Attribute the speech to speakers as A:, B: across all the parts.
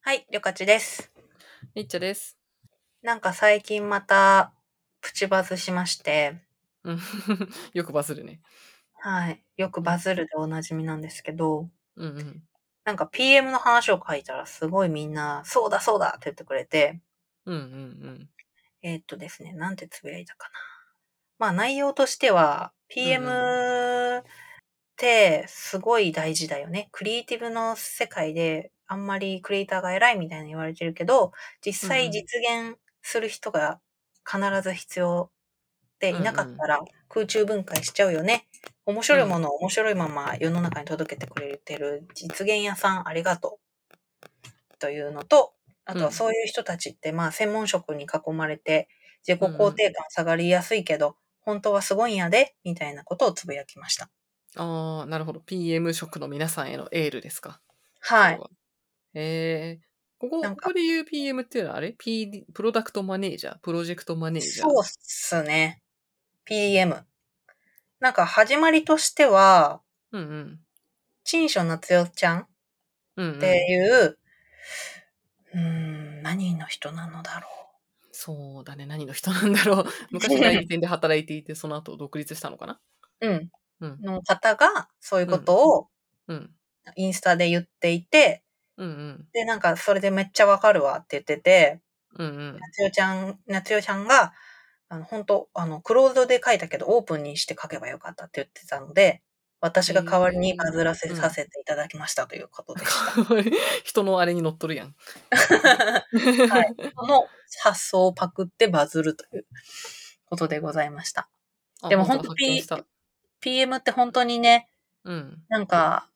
A: はい、りょかちです。
B: みっちゃです。
A: なんか最近また、プチバズしまして、
B: うん よくバズるね。
A: はい、よくバズるでおなじみなんですけど、
B: うんうん。
A: なんか PM の話を書いたらすごいみんな、そうだそうだって言ってくれて、
B: うんうん
A: えーっとですね、なんてつぶやいたかな。まあ内容としては、
B: う
A: PM ってすごい大事だよね。クリエイティブの世界であんまりクリエイターが偉いみたいに言われてるけど、実
B: うんう
A: 際
B: ん
A: 実現する人が必ず必要でいなかったら空中分解しちゃうよね。面白いものを面白いまま世の中に届けてくれてる実現屋さんありがとう。というのと、あと
B: う
A: は
B: ん
A: そういう人たちってまあ専門職に囲まれて自己肯定感下がりやすいけど、本当はすごいんやで、みたいなことをつぶやきました。
B: うん。ああ、なるほど。PM 職の皆さんへのエールですか。
A: はい
B: 今日。は。ええここ、
A: なん
B: こ
A: か
B: こで言う PM っていうのはあれ ?PD、プロダクトマネージャープロジェクトマネージャー
A: そうっすね。PM。なんか始まりとしては、
B: うんうん。
A: 陳所夏代ちゃん
B: うん、う
A: っ
B: ん。
A: ていう、うーん、何の人なのだろ
B: そうだね。何の人なんだ ろう。昔代理店で働いていて、その後独立したのかな
A: う。うん。
B: うん。
A: の方が、そういうことを
B: うん。
A: インスタで言っていて、
B: うんうん。
A: で、なんか、それでめっちゃわかるわって言ってて、
B: うんうん。
A: 夏代ちゃん、夏代ちゃんが、あの、本当あの、クローズドで書いたけど、オープンにして書けばよかったって言ってたので、私が代わりにバズらせ
B: うん
A: させていただきましたということ でした。
B: 人のあれに乗っとるやん。
A: はい。この発想をパクってバズるということでございました。
B: あ
A: でも本
B: だ
A: 当
B: 発見した。
A: PM って本当にね、
B: うん。
A: なんか、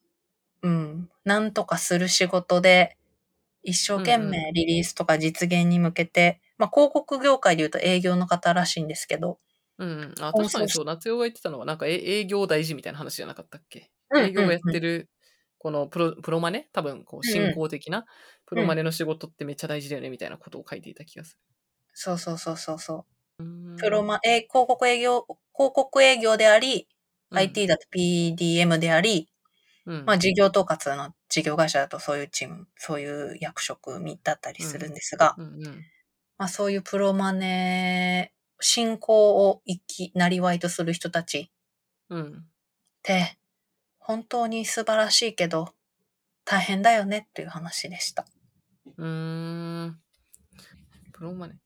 A: うん、なんとかする仕事で、一生懸
B: うん
A: 命リリースとか実現に向けて、まあ広告業界で言うと営業の方らしいんですけど、
B: うんうん、あ
A: 放
B: 確かに
A: 送
B: そう、夏代が言ってたのは、なんかえ営業大事みたいな話じゃなかったっけ、
A: うん
B: 営業がや
A: うんうん
B: ってる、このプロプロマネ多分、こ
A: う
B: う、
A: んうん
B: 進行的な、プロマネの仕事ってめっちゃ大事だよね、みたいなことを書いていた気がす
A: そうそうそうそうそ
B: る。
A: う、プロマ、えー広告営業、広告営業であり、
B: うん、
A: IT だと PDM であり、
B: うん、
A: まあ事業統括の事業会社だとそういうチーム、そういう役職みだったりするんですが、
B: うんうん、
A: まあそういうプロマネ進行を生き、なりわいとする人たち
B: うん。
A: って、本当に素晴らしいけど、大変だよねっていう話でした。
B: うーん。プロマネ。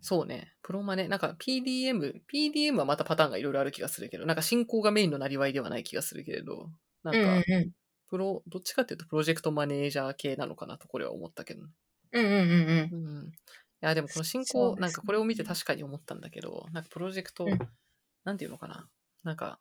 B: そうね。プロマネ。なんか PDM。PDM はまたパターンがいろいろある気がするけど、なんか進行がメインのなりわいではない気がするけれど、なんか、
A: う
B: プロ、どっちかっていうとプロジェクトマネージャー系なのかなと、これは思ったけどね。
A: ん。うんうんうんうん。
B: うん。いや、でもこの進
A: そう
B: 行、
A: ですね
B: なんかこれを見て確かに思ったんだけど、なんかプロジェクト、
A: うん
B: なんていうのかな。なんか、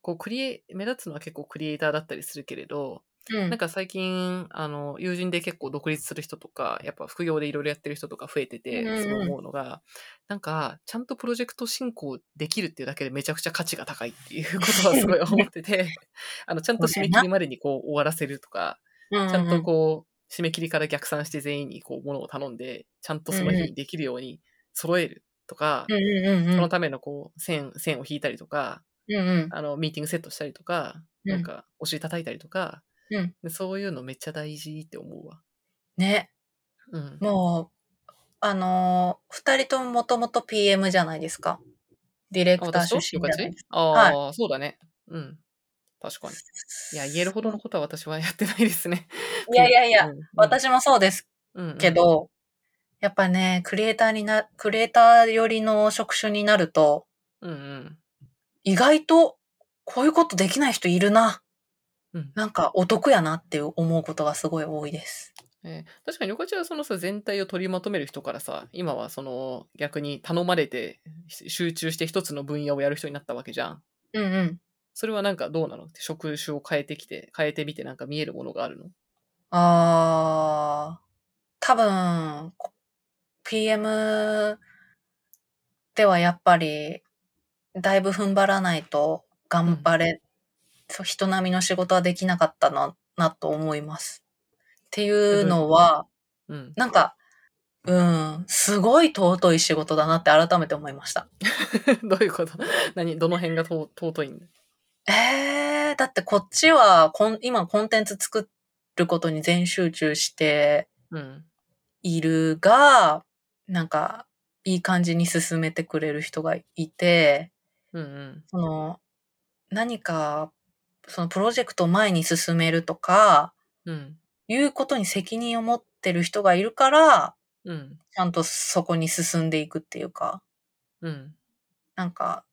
B: こうクリエ、目立つのは結構クリエイターだったりするけれど、
A: うん。
B: なんか最近、あの、友人で結構独立する人とか、やっぱ副業でいろいろやってる人とか増えて
A: うんうんうん
B: て、すごい思うのが、なんか、ちゃんとプロジェクト進行できるっていうだけでめちゃくちゃ価値が高いっていうことはすごい思っ てて、あの、ちゃんと締め切りまでにこう終わらせるとか、
A: うんうん
B: ちゃんとこう、締め切りから逆算して全員にこう、ものを頼んで、ちゃんとその日にできるように揃えるとか
A: う、んうんうん。
B: そのためのこう、線、線を引いたりとか、
A: うんうん。
B: あの、ミーティングセットしたりとか、
A: うん
B: なんか、お尻叩いたりとか、
A: うん
B: でそういうのめっちゃ大事って思うわ。
A: ね。
B: うん。
A: もう、あのー二人とももともと PM じゃないですか。ディレ
B: あ
A: クター
B: 私と
A: 出身じゃない
B: よ
A: で
B: か
A: す
B: ちああ、そうだね。うん。確かに。いや、言えるほどのことは私はやってないですね。
A: いやいやいや、
B: うん、うん、
A: 私もそうです
B: うん、うん
A: け、ど、やっぱね、クリエイターにな、クリエイター寄りの職種になると、
B: うんうん。
A: 意外とこういうことできない人いるな。
B: うん
A: なんかお得やなって思うことがすごい多いです。
B: えー確かに、横ちゃんはそのさ、全体を取りまとめる人からさ、今はその、逆に頼まれて、し集中して一つの分野をやる人になったわけじゃん。
A: うんうん。
B: それはなんかどうなの職種を変えてきて、変えてみてなんか見えるものがあるの
A: あー、多分、こ PM ではやっぱり、だいぶ踏ん張らないと頑張れ、そう人並みの仕事はできなかったな、なと思います。っていうのは、
B: うん。
A: なんか、うん、すごい尊い仕事だなって改めて思いました。
B: どういうこと何どの辺がと尊いんだ
A: えー、だってこっちはこん、今コンテンツ作ることに全集中して
B: うん。
A: いるが、なんか、いい感じに進めてくれる人がいて、
B: うんうん。
A: その、何か、そのプロジェクトを前に進めるとか、
B: うん。
A: いうことに責任を持ってる人がいるから、
B: うん。
A: ちゃんとそこに進んでいくっていうか、
B: うん。
A: なんか、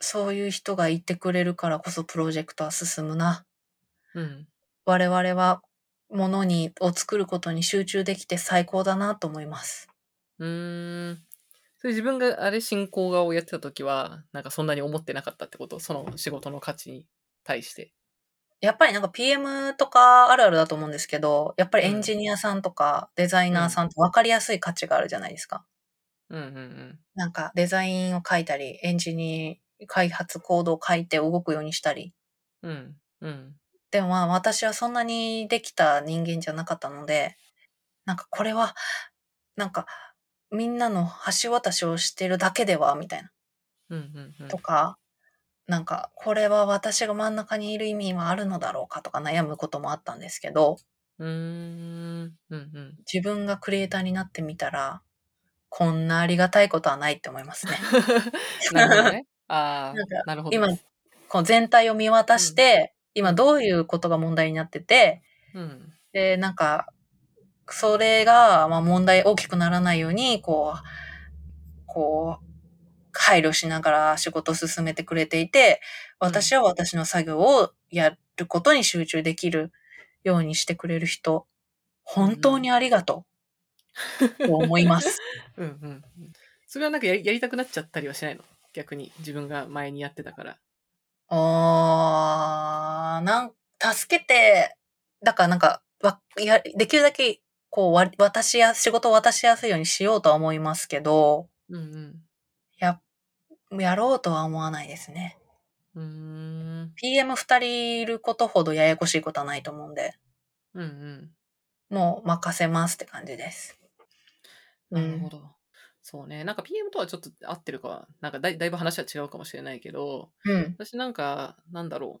A: そういう人がいてくれるからこそプロジェクトは進むな。
B: うん。
A: 我々は物に、を作ることに集中できて最高だなと思います。
B: うーん。それ自分があれ進行側をやってた時は、なんかそんなに思ってなかったってことその仕事の価値に対して。
A: やっぱりなんか PM とかあるあるだと思うんですけど、やっぱりエンジニアさんとかデザイナーさんって分かりやすい価値があるじゃないですか。
B: うんうん
A: なんかデザインを書いたり、エンジニア開発コードを書いて動くようにしたり。
B: うん。うん。うん。
A: でもまあ私はそんなにできた人間じゃなかったので、なんかこれは、なんかみんなの橋渡しをしてるだけでは、みたいな。
B: うんうんうん
A: とか、なんかこれは私が真ん中にいる意味はあるのだろうかとか悩むこともあったんですけど、
B: うーん。うん うん。
A: 自分がクリエイターになってみたら、こんなありがたいことはないって思いますね。
B: なるほどね。
A: な
B: あ
A: んか
B: あ、なるほど。
A: 今、こう全体を見渡して、今どういうことが問題になってて、
B: うん。
A: で、なんか、それが、まあ問題大きくならないように、こう、こう、配慮しながら仕事を進めてくれていて、私は私の作業をやることに集中できるようにしてくれる人、本当にありがとう、と思います。
B: うんうん。それはなんかやりやりたくなっちゃったりはしないの逆に自分が前にやってたから。
A: あー、なん、助けて、だからなんか、わやできるだけ、こう、わ渡しや、仕事を渡しやすいようにしようとは思いますけど、
B: うん
A: や、やろうとは思わないですね。
B: うん。うーん。
A: PM2 人いることほどややこしいことはないと思うんで、
B: うんうん。
A: もう任せますって感じです。う
B: なるほ
A: ん。
B: ど。そうね。なんか PM とはちょっと合ってるか、なんかだいだいぶ話は違うかもしれないけど、
A: うん。
B: 私なんか、なんだろう。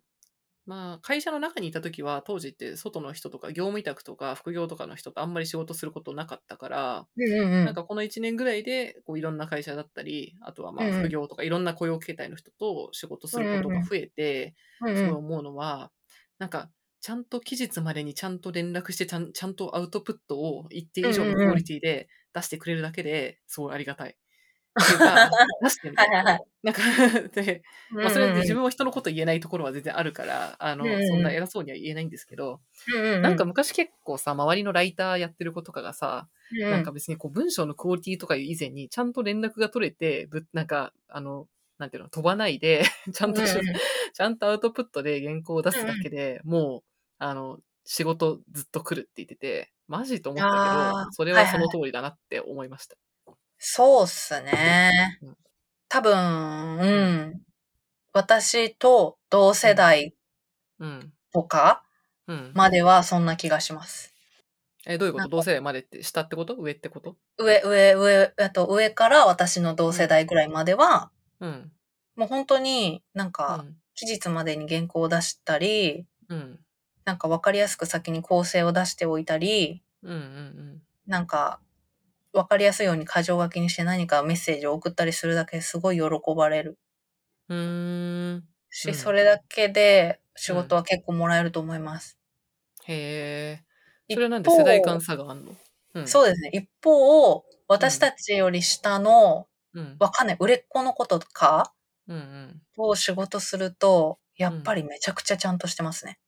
B: まあ、会社の中にいた時は、当時って外の人とか業務委託とか副業とかの人とあんまり仕事することなかったから、
A: うんうんう
B: なん
A: ん。
B: かこの1年ぐらいでこういろんな会社だったり、あとはま
A: う
B: あ
A: んうん
B: 副業とかいろんな雇用形態の人と仕事することが増えて、
A: うん
B: す
A: う
B: ごい
A: ん。
B: 思うのは、なんかちゃんと期日までにちゃんと連絡してちゃん、ちゃんとアウトプットを一定以上のクオリティで出してくれるだけですごいありがたい。っていうか出してみた
A: はいいはいはい。
B: なんか、 で、まあ、それ
A: うんうん
B: で
A: うん
B: 自分も人のこと言えないところは全然あるから、あの
A: うんうん、
B: そんな偉そうには言えないんですけど、
A: うう
B: なんか、昔結構さ、周りのライターやってる子とかがさ、
A: う
B: なんか別にこう文章のクオリティとかいう以前にちゃんと連絡が取れて、ぶなんか、あの、なんていうの、飛ばないで、 ちゃんとし、
A: うんうん
B: ちゃんとアウトプットで原稿を出すだけで、もう、あの、仕事ずっと来るって言ってて、マジと思ったけ
A: あ
B: ど、
A: ー
B: それ
A: は
B: はい
A: はい
B: その通りだなって思いました。
A: そうっすね
B: うん。
A: 多分、うん。私と同世代
B: うん。
A: とか
B: うん。
A: まではそんな気がします。
B: え、どういうこ
A: な
B: と
A: んか
B: 同世代までって、下ってこと上ってこと
A: 上、上、上、あと上から私の同世代ぐらいまでは、
B: うん。
A: もう本当になん
B: う
A: か、
B: ん。
A: 期日までに原稿を出したり、
B: うん。
A: なんかわかりやすく先に構成を出しておいたり、
B: うん。うん。
A: なんか、わかりやすいように箇条書きにして何かメッセージを送ったりするだけですごい喜ばれる
B: うん。うーん。
A: し、
B: うん
A: それだけで仕事は結構もらえると思います。
B: へえ。それはなんで
A: 一方
B: 世代間差があんのうん。
A: そうですね。一方、私たちより下の、
B: うん。
A: わかんない、売れっ子の子とか
B: うん。うん。
A: を仕事すると、やっぱりめちゃくちゃちゃんとしてますね。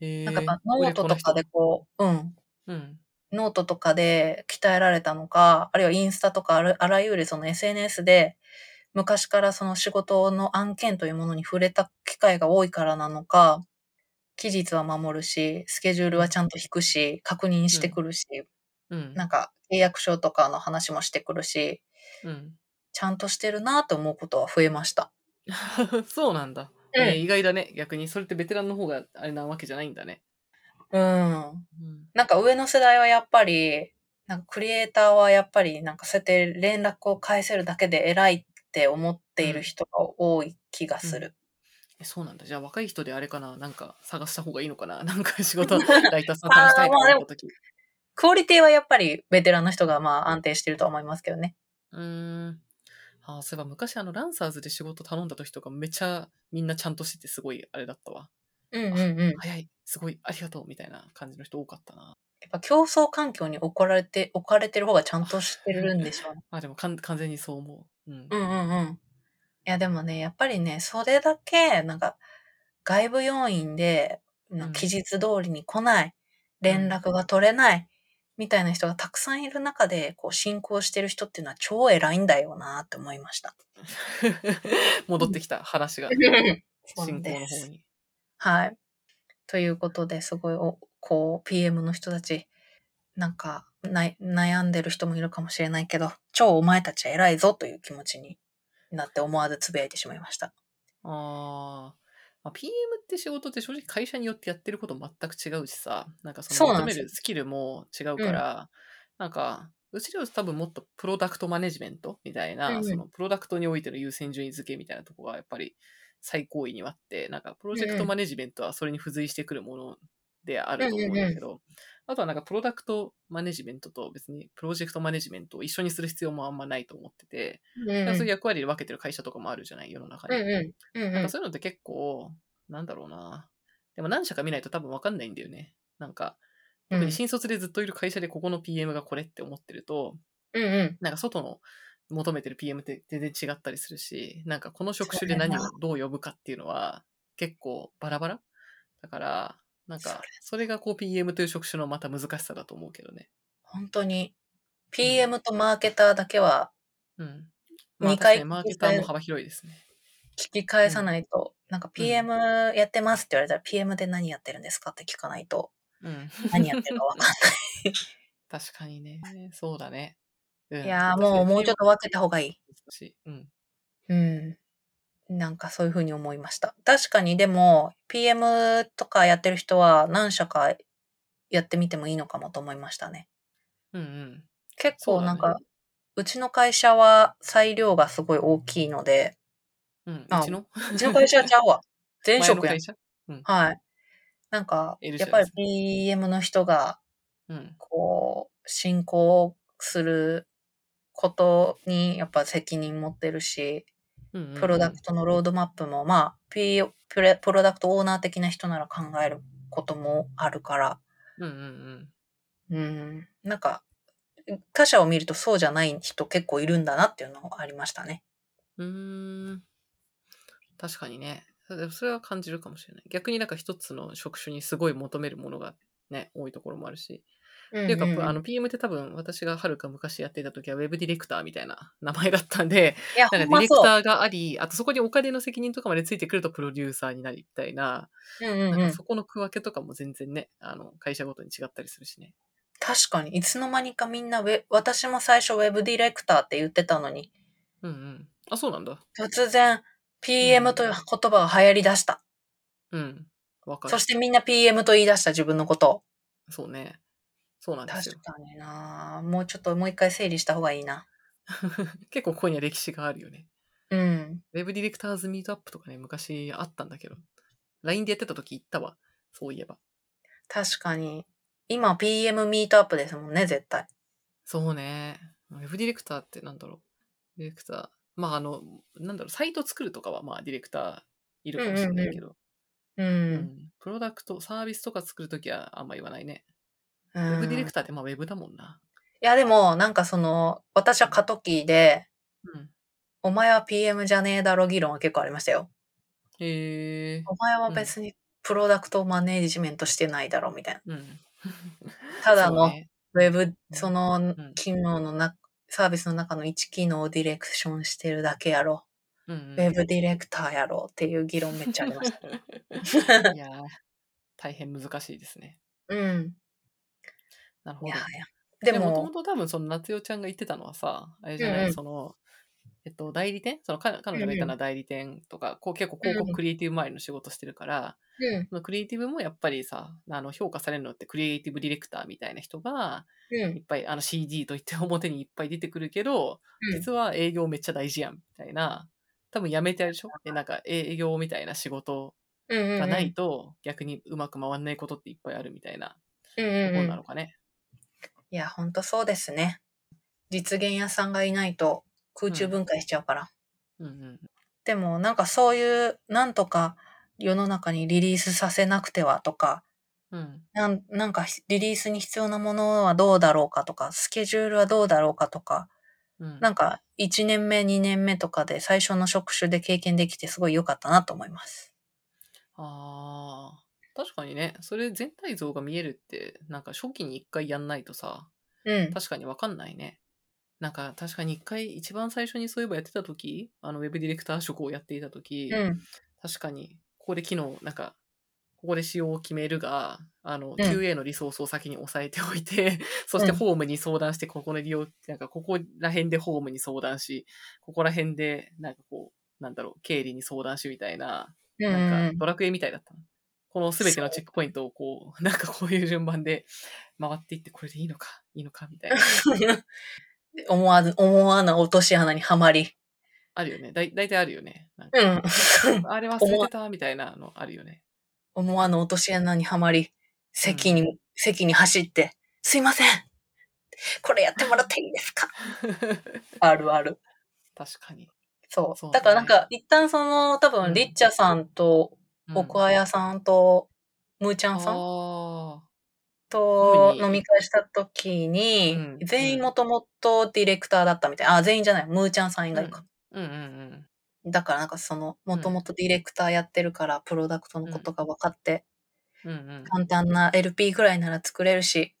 B: へえ。
A: なんかやっぱノートとかでこう、うん。
B: うん。
A: ノートとかで鍛えられたのか、あるいはインスタとかあらあらゆるその SNS で、昔からその仕事の案件というものに触れた機会が多いからなのか、期日は守るし、スケジュールはちゃんと引くし、確認してくるし、
B: うん。
A: なんか契約書とかの話もしてくるし、
B: うん。
A: ちゃんとしてるなと思うことは増えました。
B: そうなんだ。
A: うん
B: ね意外だね。逆に、それってベテランの方があれなわけじゃないんだね。
A: うん。
B: うん。
A: なんか上の世代はやっぱり、なんかクリエイターはやっぱりなんかそうやって連絡を返せるだけで偉いって思っている人が多い気がする。
B: えそうなんだ。じゃあ、若い 人 であれかな。なんか、探した方がいいのかな。なんか、仕事、ライターさん探したいと思った時。
A: クオリティはやっぱりベテランの人がまあ安定してるとは思いますけどね。
B: うーん。あーそういえば昔あのランサーズで仕事頼んだ時とかめちゃみんなちゃんとしててすごいあれだったわ。
A: うんうんうん。やっ
B: 早い、すごい、ありがとうみたいな感じの人多かったな。
A: ぱ競争環境に置かれて、置かれてる方がちゃんとしてるんでしょうね。
B: あ、でもかん完全にそう思う。うん。
A: うんうんうん。いやでもね、やっぱりね、それだけ、なんか、外部要因で、なんか期日通りに来ない、連絡が取れない、みたいな人がたくさんいる中で、こう、進行してる人っていうのは超偉いんだよなって思いました。
B: 戻ってきた話が。
A: そう
B: 進行の
A: で
B: 方
A: す。
B: に。
A: はい。ということで、すごいお、こう、PM の人たち、なんか、ない悩んでる人もいるかもしれないけど、超お前たちは偉いぞという気持ちになって思わずつぶやいてしまいました。
B: あーまあ。PM って仕事って正直会社によってやってること全く違うしさ、なんかそ
A: そ
B: の
A: うな
B: 求
A: んで
B: め
A: すよ
B: るスキルも違うから、なんか、うちでは多分もっとプロダクトマネジメントみたいな、
A: うんうん
B: そのプロダクトにおいての優先順位付けみたいなとこがやっぱり最高位にはあって、なんかプロジェク
A: うんう
B: ト
A: ん
B: マネジメントはそれに付随してくるものであると思うんだけど、あとはなんかプロダクトマネジメントと別にプロジェクトマネジメントを一緒にする必要もあんまないと思ってて、
A: うん
B: だ
A: う
B: からそういうん役割で分けてる会社とかもあるじゃない、世の中に。
A: うんうん
B: なんかそういうのって結構、なんだろうな。でも何社か見ないと多分わかんないんだよね。なんか、
A: うん
B: 特に新卒でずっといる会社でここの PM がこれって思ってると、
A: うんうん
B: なんか外の求めてる PM って全然違ったりするし、なんかこの職種で何を
A: そ
B: どう呼ぶかっていうのは結構バラバラだから、なん
A: そ
B: か
A: れ
B: それがこう PM という職種のまた難しさだと思うけどね。
A: 本当に PM とマーケターだけは
B: うん。まあ
A: 二
B: 確か
A: 回
B: にマーケターも幅広いですね。
A: 聞き返さないと、なんか
B: うん
A: PM やってますって言われたら PM で何やってるんですかって聞かない と
B: うん。
A: 何やってるかわかん
B: 確かにね。そうだね。うん
A: ない。いやーもうもうちょっと分けた方がいい。
B: 難しい。うん。
A: うん。なんかそういうふうに思いました。確かにでも PM とかやってる人は何社かやってみてもいいのかもと思いましたね。
B: うんうん。
A: 結
B: そう
A: 構
B: だね
A: なんか、うちの会社は裁量がすごい大きいので、
B: うん、
A: あ
B: うちの
A: うちの会社ちゃうわ。前
B: 前の
A: 職やん
B: 会。社
A: はい。なんか、
B: いるじ
A: や
B: ゃ
A: っ
B: ない
A: ぱ
B: ですか
A: り BM の人が、
B: うん。
A: こう、進行することに、やっぱ責任持ってるし、
B: うんうんうん
A: プロダクトのロードマップも、まあ、P、プレプロダクトオーナー的な人なら考えることもあるから、
B: うんうんうん。
A: うん、なんか、他者を見るとそうじゃない人結構いるんだなっていうのがありましたね。
B: うーん。確かにね。そそれは感じるかもしれない。逆になんか一つの職種にすごい求めるものがね、多いところもあるし。
A: う
B: っ
A: ん
B: ていう
A: うん
B: か、あの PM って多分私がはるか昔やってた時は Web ディレクターみたいな名前だったんで、
A: いや、ほ
B: なんか
A: ん
B: ディ
A: ま
B: レク
A: そう。
B: ターがあり、あとそこにお金の責任とかまでついてくるとプロデューサーになりみたいな、
A: うんうん
B: なん
A: う
B: か
A: ん
B: そこの区分けとかも全然ね、あの会社ごとに違ったりするしね。
A: 確かに、いつの間にかみんなウェ、私も最初ウェブディレクターって言ってたのに、
B: うんうん。あ、そうなんだ。
A: 突然、
B: うん
A: PM という言葉が流行り出した。
B: うん。わかる
A: そ。してみんな PM と言い出した自分のことを。
B: そうね。そうなんですよ
A: 確。かになもうちょっともう一回整理した方がいいな。
B: 結構ここには歴史があるよね。
A: うん。
B: ウェブディレクターズミートアップとかね、昔あったんだけど。LINE でやってた時行ったわ。そういえば。
A: 確かに。今 PM ミートアップですもんね、絶対。
B: そうね。ウェブディレクターってなんだろう。ディレクター。まああの、なんだろう、サイト作るとかはまあディレクターいるかもしれないけど。
A: う。
B: うんプロダクト、サービスとか作るときはあんま言わないね。
A: う
B: ウ
A: ん、
B: ェブディレク
A: い
B: ターってまあウェブだもんな。
A: や、でも、なんかその、私は過渡期で、
B: うん。
A: お前は PM じゃねえだろ議論は結構ありましたよ。
B: へえ
A: お前は別にプロダクトをマネージメントしてないだろ、みたいな。
B: うん。
A: ただ
B: そう
A: の
B: ね
A: ウェブ、その
B: ん
A: 機能のな、サービスの中の1機能をディレクションしてるだけやろ。
B: うんうん
A: ウェブディレクターやろっていう議論めっちゃありま した。
B: いやー、大変難しいですね。
A: うん。
B: なるほ
A: い
B: ど
A: やい。や。
B: で
A: で
B: もとも
A: も、
B: と多分その夏代ちゃんが言ってたのはさ、あれじゃない、
A: うんうん
B: その、えっと、代理店その彼彼女が言ったのは代理店とか、こう結構
A: うん
B: 広
A: う
B: 告
A: ん
B: クリエイティブ周りの仕事してるから、
A: うん。
B: そのクリエイティブもやっぱりさ、あの評価されるのってクリエイティブディレクターみたいな人が、
A: う
B: い
A: ん。
B: っぱいあの CD といって表にいっぱい出てくるけど、
A: うん
B: 実は営業めっちゃ大事やん、みたいな。多分やめてあるでしょえなんか営業みたいな仕事
A: うんうん。
B: がないと逆にうまく回んないことっていっぱいあるみたいな
A: うんう
B: ところ
A: んう。
B: なんのかね。
A: いや、ほんとそうですね。実現屋さんがいないと空中分解しちゃうから。
B: うんうん。
A: でもなんかそういう、なんとか世の中にリリースさせなくてはとか、
B: うん。
A: なんなんかひリリースに必要なものはどうだろうかとか、スケジュールはどうだろうかとか、
B: うん。
A: なんか1年目、2年目とかで最初の職種で経験できてすごい良かったなと思います。
B: あー確かにね、それ全体像が見えるって、なんか初期に一回やんないとさ、
A: うん。
B: 確かにわかんないね。なんか確かに一回、一番最初にそういえばやってた時、あの、ウェブディレクター職をやっていた時、
A: うん。
B: 確かに、ここで機能、なんか、ここで仕様を決めるが、あの、
A: ん
B: QA のリソースを先に押さえておいて、 そして
A: うん
B: ホームに相談して、ここの利用、なんか、ここら辺でホームに相談し、ここら辺で、なんかこう、なんだろう、経理に相談しみたいな、
A: うん
B: なんか
A: う
B: ドラクエみたいだったな。この全てのチェックポイントをこう、なん かこういう順番で回っていって、これでいいのか、いいのか、みたいな。
A: ん。思わず、思わな落とし穴にはまり。
B: あるよね。だい大体あるよね。なんか
A: うん。
B: あれ忘れてた、みたいなのあるよね。
A: 思わぬ落とし穴にはまり、席に、席に走って、すいませんこれやってもらっていいですかあるある。
B: 確かに。
A: そう。
B: そう
A: だ
B: だね
A: からなんか、一旦その、多
B: うん
A: 分、リッチャさんと、
B: うん
A: オクワヤさんと、ムーちゃんさん
B: あ
A: と
B: 特に
A: 飲み会した時に、
B: うん
A: 全員もともとディレクターだったみたい。あ、全員じゃない。ムーちゃんさん以外か。
B: あ。うんうんうん。
A: だからなんかその、もともとディレクターやってるから、プロダクトのことが分かって、
B: うんうん。
A: 簡単な LP ぐらいなら作れるし、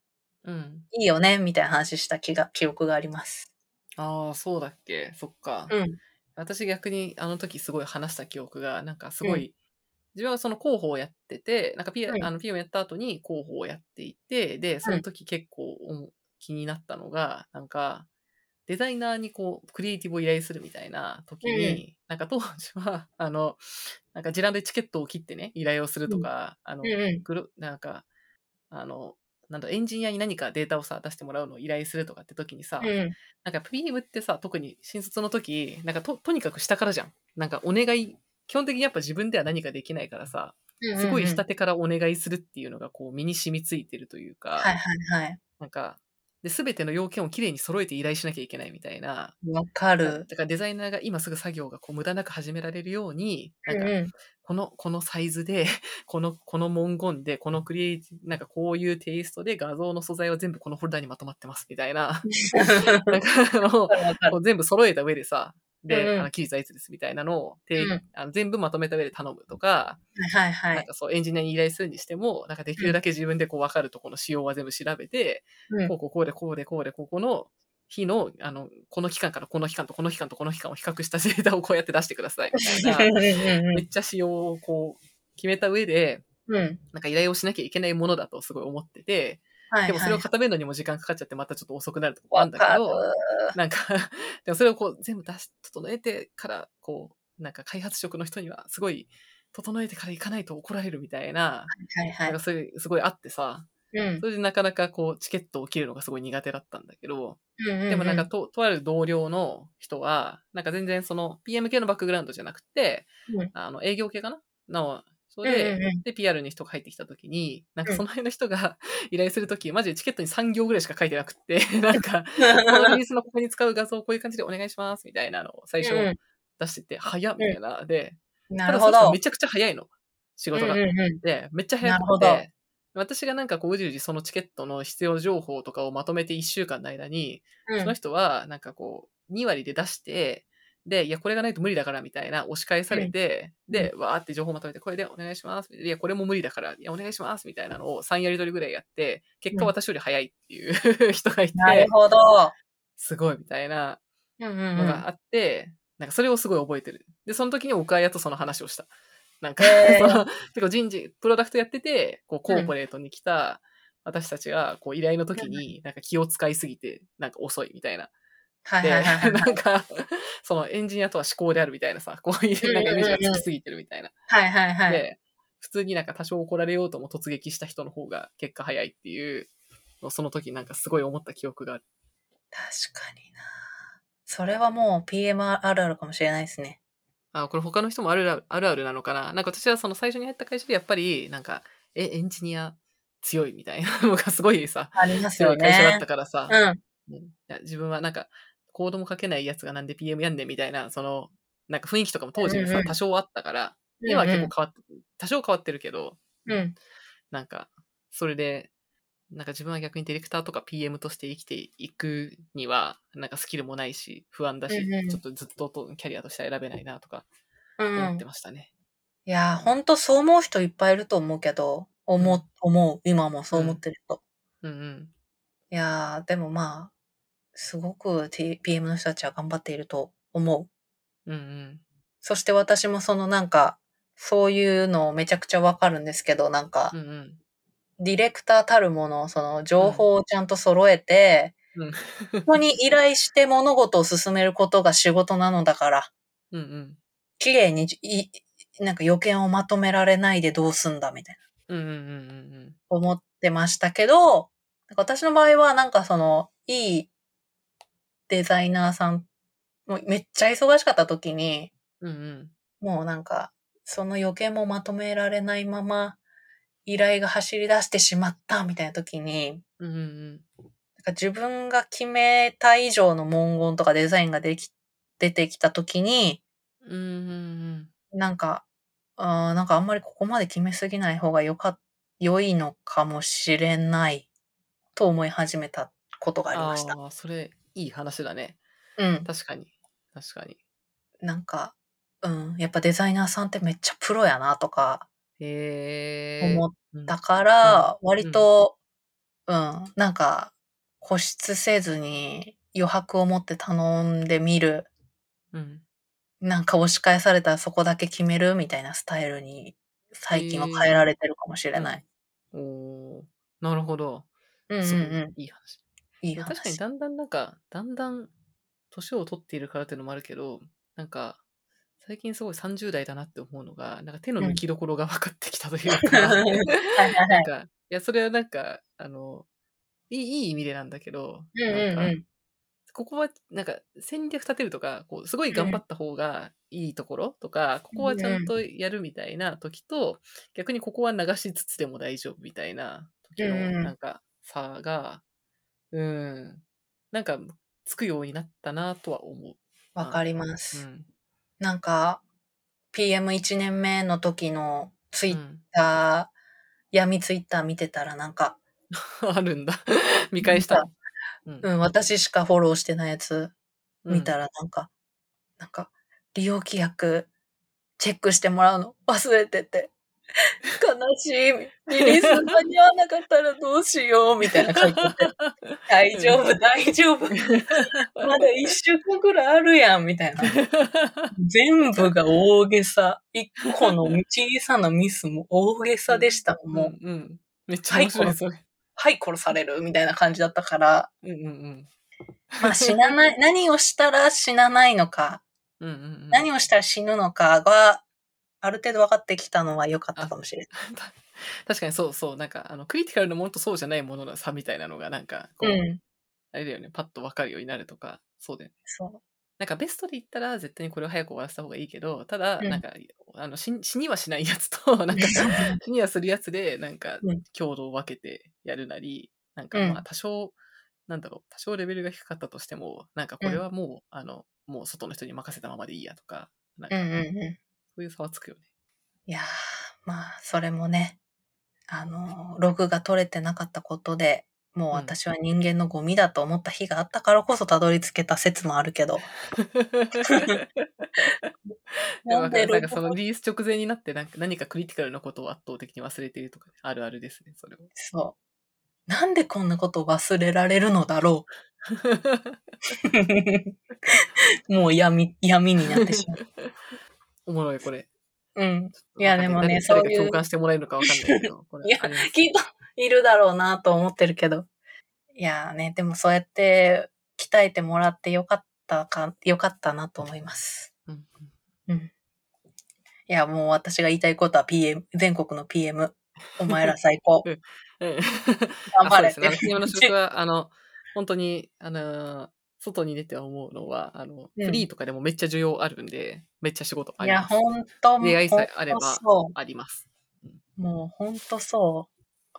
B: うん。
A: いいよね、みたいな話した気が、記憶があります。
B: ああ、そうだっけ。そっか。
A: うん。
B: 私逆にあの時すごい話した記憶が、なんかすご
A: う
B: い、自分はその広報をやってて、なんか P、
A: うん
B: あの PM やった後に広報をやっていて、で、その時結構おも気になったのが、なんか、デザイナーにこう、クリエイティブを依頼するみたいな時に、なんか当時は、 あの、なんかジラでチケットを切ってね、依頼をするとか、あの、
A: うん
B: グロなんか、あの、なんだエンジニアに何かデータをさ、出してもらうのを依頼するとかって時にさ、
A: うん。うん。
B: なんかプリームってさ、特に新卒の時、なんかと、とにかく下からじゃん。なんかお願い、基本的にやっぱ自分では何かできないからさ、
A: うん
B: すごい
A: うん
B: 下手からお願いするっていうのがこう身に染みついてるというか、
A: はいはいはい。
B: なんか、で、すべての要件をきれいに揃えて依頼しなきゃいけないみたいな、
A: わか
B: だ
A: る。
B: からデザイナーが今すぐ作業がこう無駄なく始められるように、なんか
A: うんうん
B: この、このサイズで、 この、この文言で、このクリエイティブ、なんかこういうテイストで画像の素材は全部このフォルダにまとまってますみたいな、なんかあの
A: わ、かるわか る
B: こう全部揃えた上でさ、で、
A: うん
B: あの記事はいつですみたいなのを、て
A: うん
B: あの全部まとめた上で頼むとか、
A: はいは
B: なん
A: い。
B: かそうエンジニアに依頼するにしても、なんかできるだけ自分でこう分かるところの仕様は全部調べて、
A: うん
B: こうこうこうでこうでこうでここの日の、あの、この期間からこの期間とこの期間とこの期間を比較したデータをこうやって出してくださいみた いな、めっちゃ仕様をこう決めた上で、
A: うんうん
B: なんか依頼をしなきゃいけないものだとすごい思ってて、
A: はい
B: でもそれを
A: はい。
B: 固めるのにも時間かかっちゃってまたちょっと遅くなるとこもあ
A: わ
B: るんだ
A: か
B: け
A: る。
B: ど、 なんか、 でもそれをこう全部出し、整えてから、こう、なんか開発職の人にはすごい、整えてから行かないと怒られるみたいな、
A: はいは
B: ないんか。そういう、すごいあってさ、
A: うん
B: それでなかなかこう、チケットを切るのがすごい苦手だったんだけど、
A: うんう
B: でもなんかと、とある同僚の人は、なんか全然その、PM 系のバックグラウンドじゃなくて
A: うん、
B: あの、営業系かなの、そ
A: うんうん
B: れで、
A: うん
B: で、PR に人が入ってきたときに、なんかその辺の人が 依頼するとき、マジでチケットに3行ぐらいしか書いてなくって、 なんか、このリリースのここに使う画像をこういう感じでお願いしますみたいなのを最初
A: うん
B: 出してて、早っみたいな。で、
A: な
B: た
A: る
B: だそ
A: ほ
B: の人
A: ど
B: め。ちゃくちゃ早いの。仕事が。
A: うんうんうん
B: で、めっちゃ早
A: なるほ
B: く
A: ど
B: て、私がなんかこううじうじそのチケットの必要情報とかをまとめて1週間の間に、
A: うん
B: その人はなんかこう、2割で出して、で、いや、これがないと無理だからみたいな押し返されて、
A: ん
B: で、わーって情報まとめて、これでお願いします。いや、これも無理だから、いや、お願いしますみたいなのを3やり取りぐらいやって、結果
A: うん
B: 私より早いっていう 人がいて、
A: なるほど。
B: すごいみたいな。
A: うんうん
B: の
A: う
B: があって、なんかそれをすごい覚えてる。で、その時におかやとその話をした。なんか、
A: へー
B: その結構人事、プロダクトやってて、こう、コーポレートに来た私たちが、こう、依頼の時に、なんか気を使いすぎて、なんか遅いみたいな。
A: はい
B: で、
A: はいはいはい。
B: なんか、そのエンジニアとは思考であるみたいなさ、こういう、なんかイメージがつきすぎてるみたいな。
A: はいはいはい。
B: で、普通になんか多少怒られようとも突撃した人の方が結果早いっていうのを、その時なんかすごい思った記憶がある。
A: 確かにな。それはもう PMR あるあるかもしれないですね。
B: あ、これ他の人もあるあるあるあるなのかな。なんか私はその最初に入った会社でやっぱり、なんか、え、エンジニア強いみたいな のがすごいさ、
A: あります
B: 強
A: よ
B: い会社だっ
A: ね
B: た。からさ、
A: うん。
B: うんいや自分はなんか、コードも書けないやつがなんで PM やんねんみたいな、その、なんか雰囲気とかも当時も
A: うん
B: さ
A: う、ん
B: 多少あったから、今は結構変わって、多少変わってるけど、
A: うん。うん。
B: なんか、それで、なんか自分は逆にディレクターとか PM として生きていくには、なんかスキルもないし、不安だし、
A: うんうん
B: ちょっとずっととキャリアとしては選べないなとか
A: うん
B: 思
A: うん
B: ってましたね。
A: いやー、ほんとそう思う人いっぱいいると思うけど、思う、思う。今もそう思ってる人。
B: うんうん。
A: いやー、でもまあ、すごく T- PM の人たちは頑張っていると思う。
B: うんうん。
A: そして私もそのなんか、そういうのめちゃくちゃわかるんですけど、なんか
B: う、んうん。
A: ディレクターたるもの、その情報をちゃんと揃えて、
B: うん
A: 人に依頼して物事を進めることが仕事なのだから、
B: うんうん。
A: 綺麗にい、なんか予見をまとめられないでどうすんだみたいな。
B: うんうんうんうん
A: 思ってましたけど、なんか私の場合はなんかその、いいデザイナーさん、もうめっちゃ忙しかった時に、
B: うん。うんうん。
A: もうなんか、その余計もまとめられないまま、依頼が走り出してしまったみたいな時に、
B: うんうんうん。
A: なんか自分が決めた以上の文言とかデザインができ、出てきた時に、
B: うんうん
A: なんか、あーなんかあんまりここまで決めすぎない方がよかっ、良いのかもしれないと思い始めたことがありました。
B: ああ、それ、いい話だね。
A: うん。
B: 確かに。確かに。
A: なんか、うん。やっぱデザイナーさんってめっちゃプロやなとか
B: へえ。
A: 思っ
B: うん
A: たから、割と、うん。なんか、固執せずに余白を持って頼んでみる。
B: うん。
A: なんか押し返されたらそこだけ決めるみたいなスタイルに最近は変えられてるかもしれない。
B: おおーなるほど。
A: うんうん
B: すごい
A: うん。
B: いい話。
A: いい
B: いや
A: 話。
B: 確かにだんだんなんか、だんだん年を取っているからっていうのもあるけど、なんか、最近すごい30代だなって思うのが、なんか手の抜きどころが分かってきたというか、
A: はいはいは
B: なん
A: い。
B: か、いや、それはなんか、あの、いいいい意味でなんだけど、
A: うんうん
B: な
A: うん
B: か、
A: ん。
B: ここは、なんか、戦略立てるとか、こう、すごい頑張った方がいいところとか、ここはちゃんとやるみたいな時と、逆にここは流しつつでも大丈夫みたいな時の、
A: うんうん
B: なんか、差が、うん、なんか、つくようになったなとは思う。
A: わかりま
B: う
A: す。
B: ん。
A: なんか、PM1 年目の時のツイ
B: う
A: ッ
B: ん
A: ター、闇ツイッター見てたらなんか、
B: あるんだ。 見返したの。
A: うん、私しかフォローしてないやつ見た
B: ら。
A: らなんか、なんか、利用規約、チェックしてもらうの忘れてて。悲しい。リリース間に合わなかったらどうしよう、みたいな書いて て。大丈夫、大丈夫。まだ一週間ぐらいあるやん、みたいな。 全部が大げさ。一個の小さなミスも大げさでした。もう、
B: うん、うん。めっちゃ面白い、それ。
A: はい、殺されるみたいな感じだったから、
B: うんうんうん。
A: まあ死な ない、何をしたら死なないのか、
B: うんうんうん、
A: 何をしたら死ぬのかが、ある程度分かってきたのは良かったかもしれ
B: た確かにそうそう、なんか、あの、クリティカルなものとそうじゃないものの差みたいなのが、なんか、こう、
A: ない。うん。
B: あれだよね、パッとわかるようになるとか、そうだよね。
A: そ
B: なんか、ベストで言ったら、絶対にこれを早く終わらせた方がいいけど、ただ、
A: うん
B: なんか、あの死に、死にはしないやつと、 なんか、 死にはするやつで、なんか
A: うん、
B: 強度を分けてやるなり、なんか、
A: うん
B: まあ、多少、なんだろう、多少レベルが低かったとしても、なんか、これはもう、あの、もう外の人に任せたままでいいやとか、なん
A: う。う
B: か、
A: んうんうん。
B: そういう差はつくよね。
A: いやー、まあ、それもね、あの、ログが取れてなかったことで、もう私は人間のゴミだと思った日があったからこそたどり着けた説もあるけど。
B: でもわかるなんか
A: ロ
B: そ
A: グ
B: のリリース直前になってなんか何かクリティカルなことを圧倒的に忘れているとかね、あるあるですね、それも。
A: そう。なんでこんなこと忘れられるのだろ う。 もう闇、闇になってしまう。
B: おもろい、これ。
A: うん。いやでもね
B: 誰
A: そう
B: 誰
A: いう
B: か共感してもらえるのかわかん ないけど、これ。
A: いや
B: あります
A: きっといるだろうなと思ってるけど。いやーね、でもそうやって鍛えてもらってよかったか、よかったなと思います。
B: うん。
A: いや、もう私が言いたいことは PM、全国の PM。お前ら最高
B: うん
A: 頑張れ
B: あ そうですね。あの PM の仕事は、あの、本当に、あのー、外に出て思うのは、あの、
A: うん
B: フリーとかでもめっちゃ需要あるんで、めっちゃ仕事あ
A: い
B: り
A: や、
B: ます。
A: ほんと、
B: 出会いさえあれば
A: ほんとそ
B: あります。
A: う。もうほんとそう。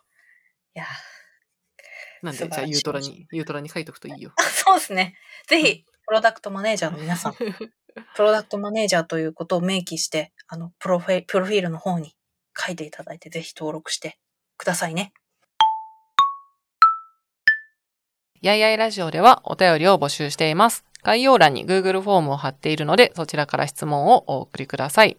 A: や、
B: なんで、
A: 素晴ら
B: じゃあ、
A: しい
B: ユートラに、ユートラに書いとくといいよ。
A: あそうですね。ぜひ、プロダクトマネージャーの皆 さん、プロダクトマネージャーということを明記して、あの、プロフェ、プロフィールの方に書いていただいて、ぜひ登録してくださいね。
B: やいやいラジオではお便りを募集しています。概要欄に Google フォームを貼っているので、そちらから質問をお送りください。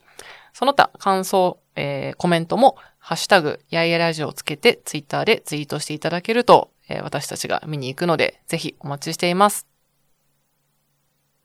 B: その他、感想、えーコメントも、ハッシュタグ、やいやいラジオをつけて、Twitter でツイートしていただけると、えー私たちが見に行くので、ぜひお待ちしています。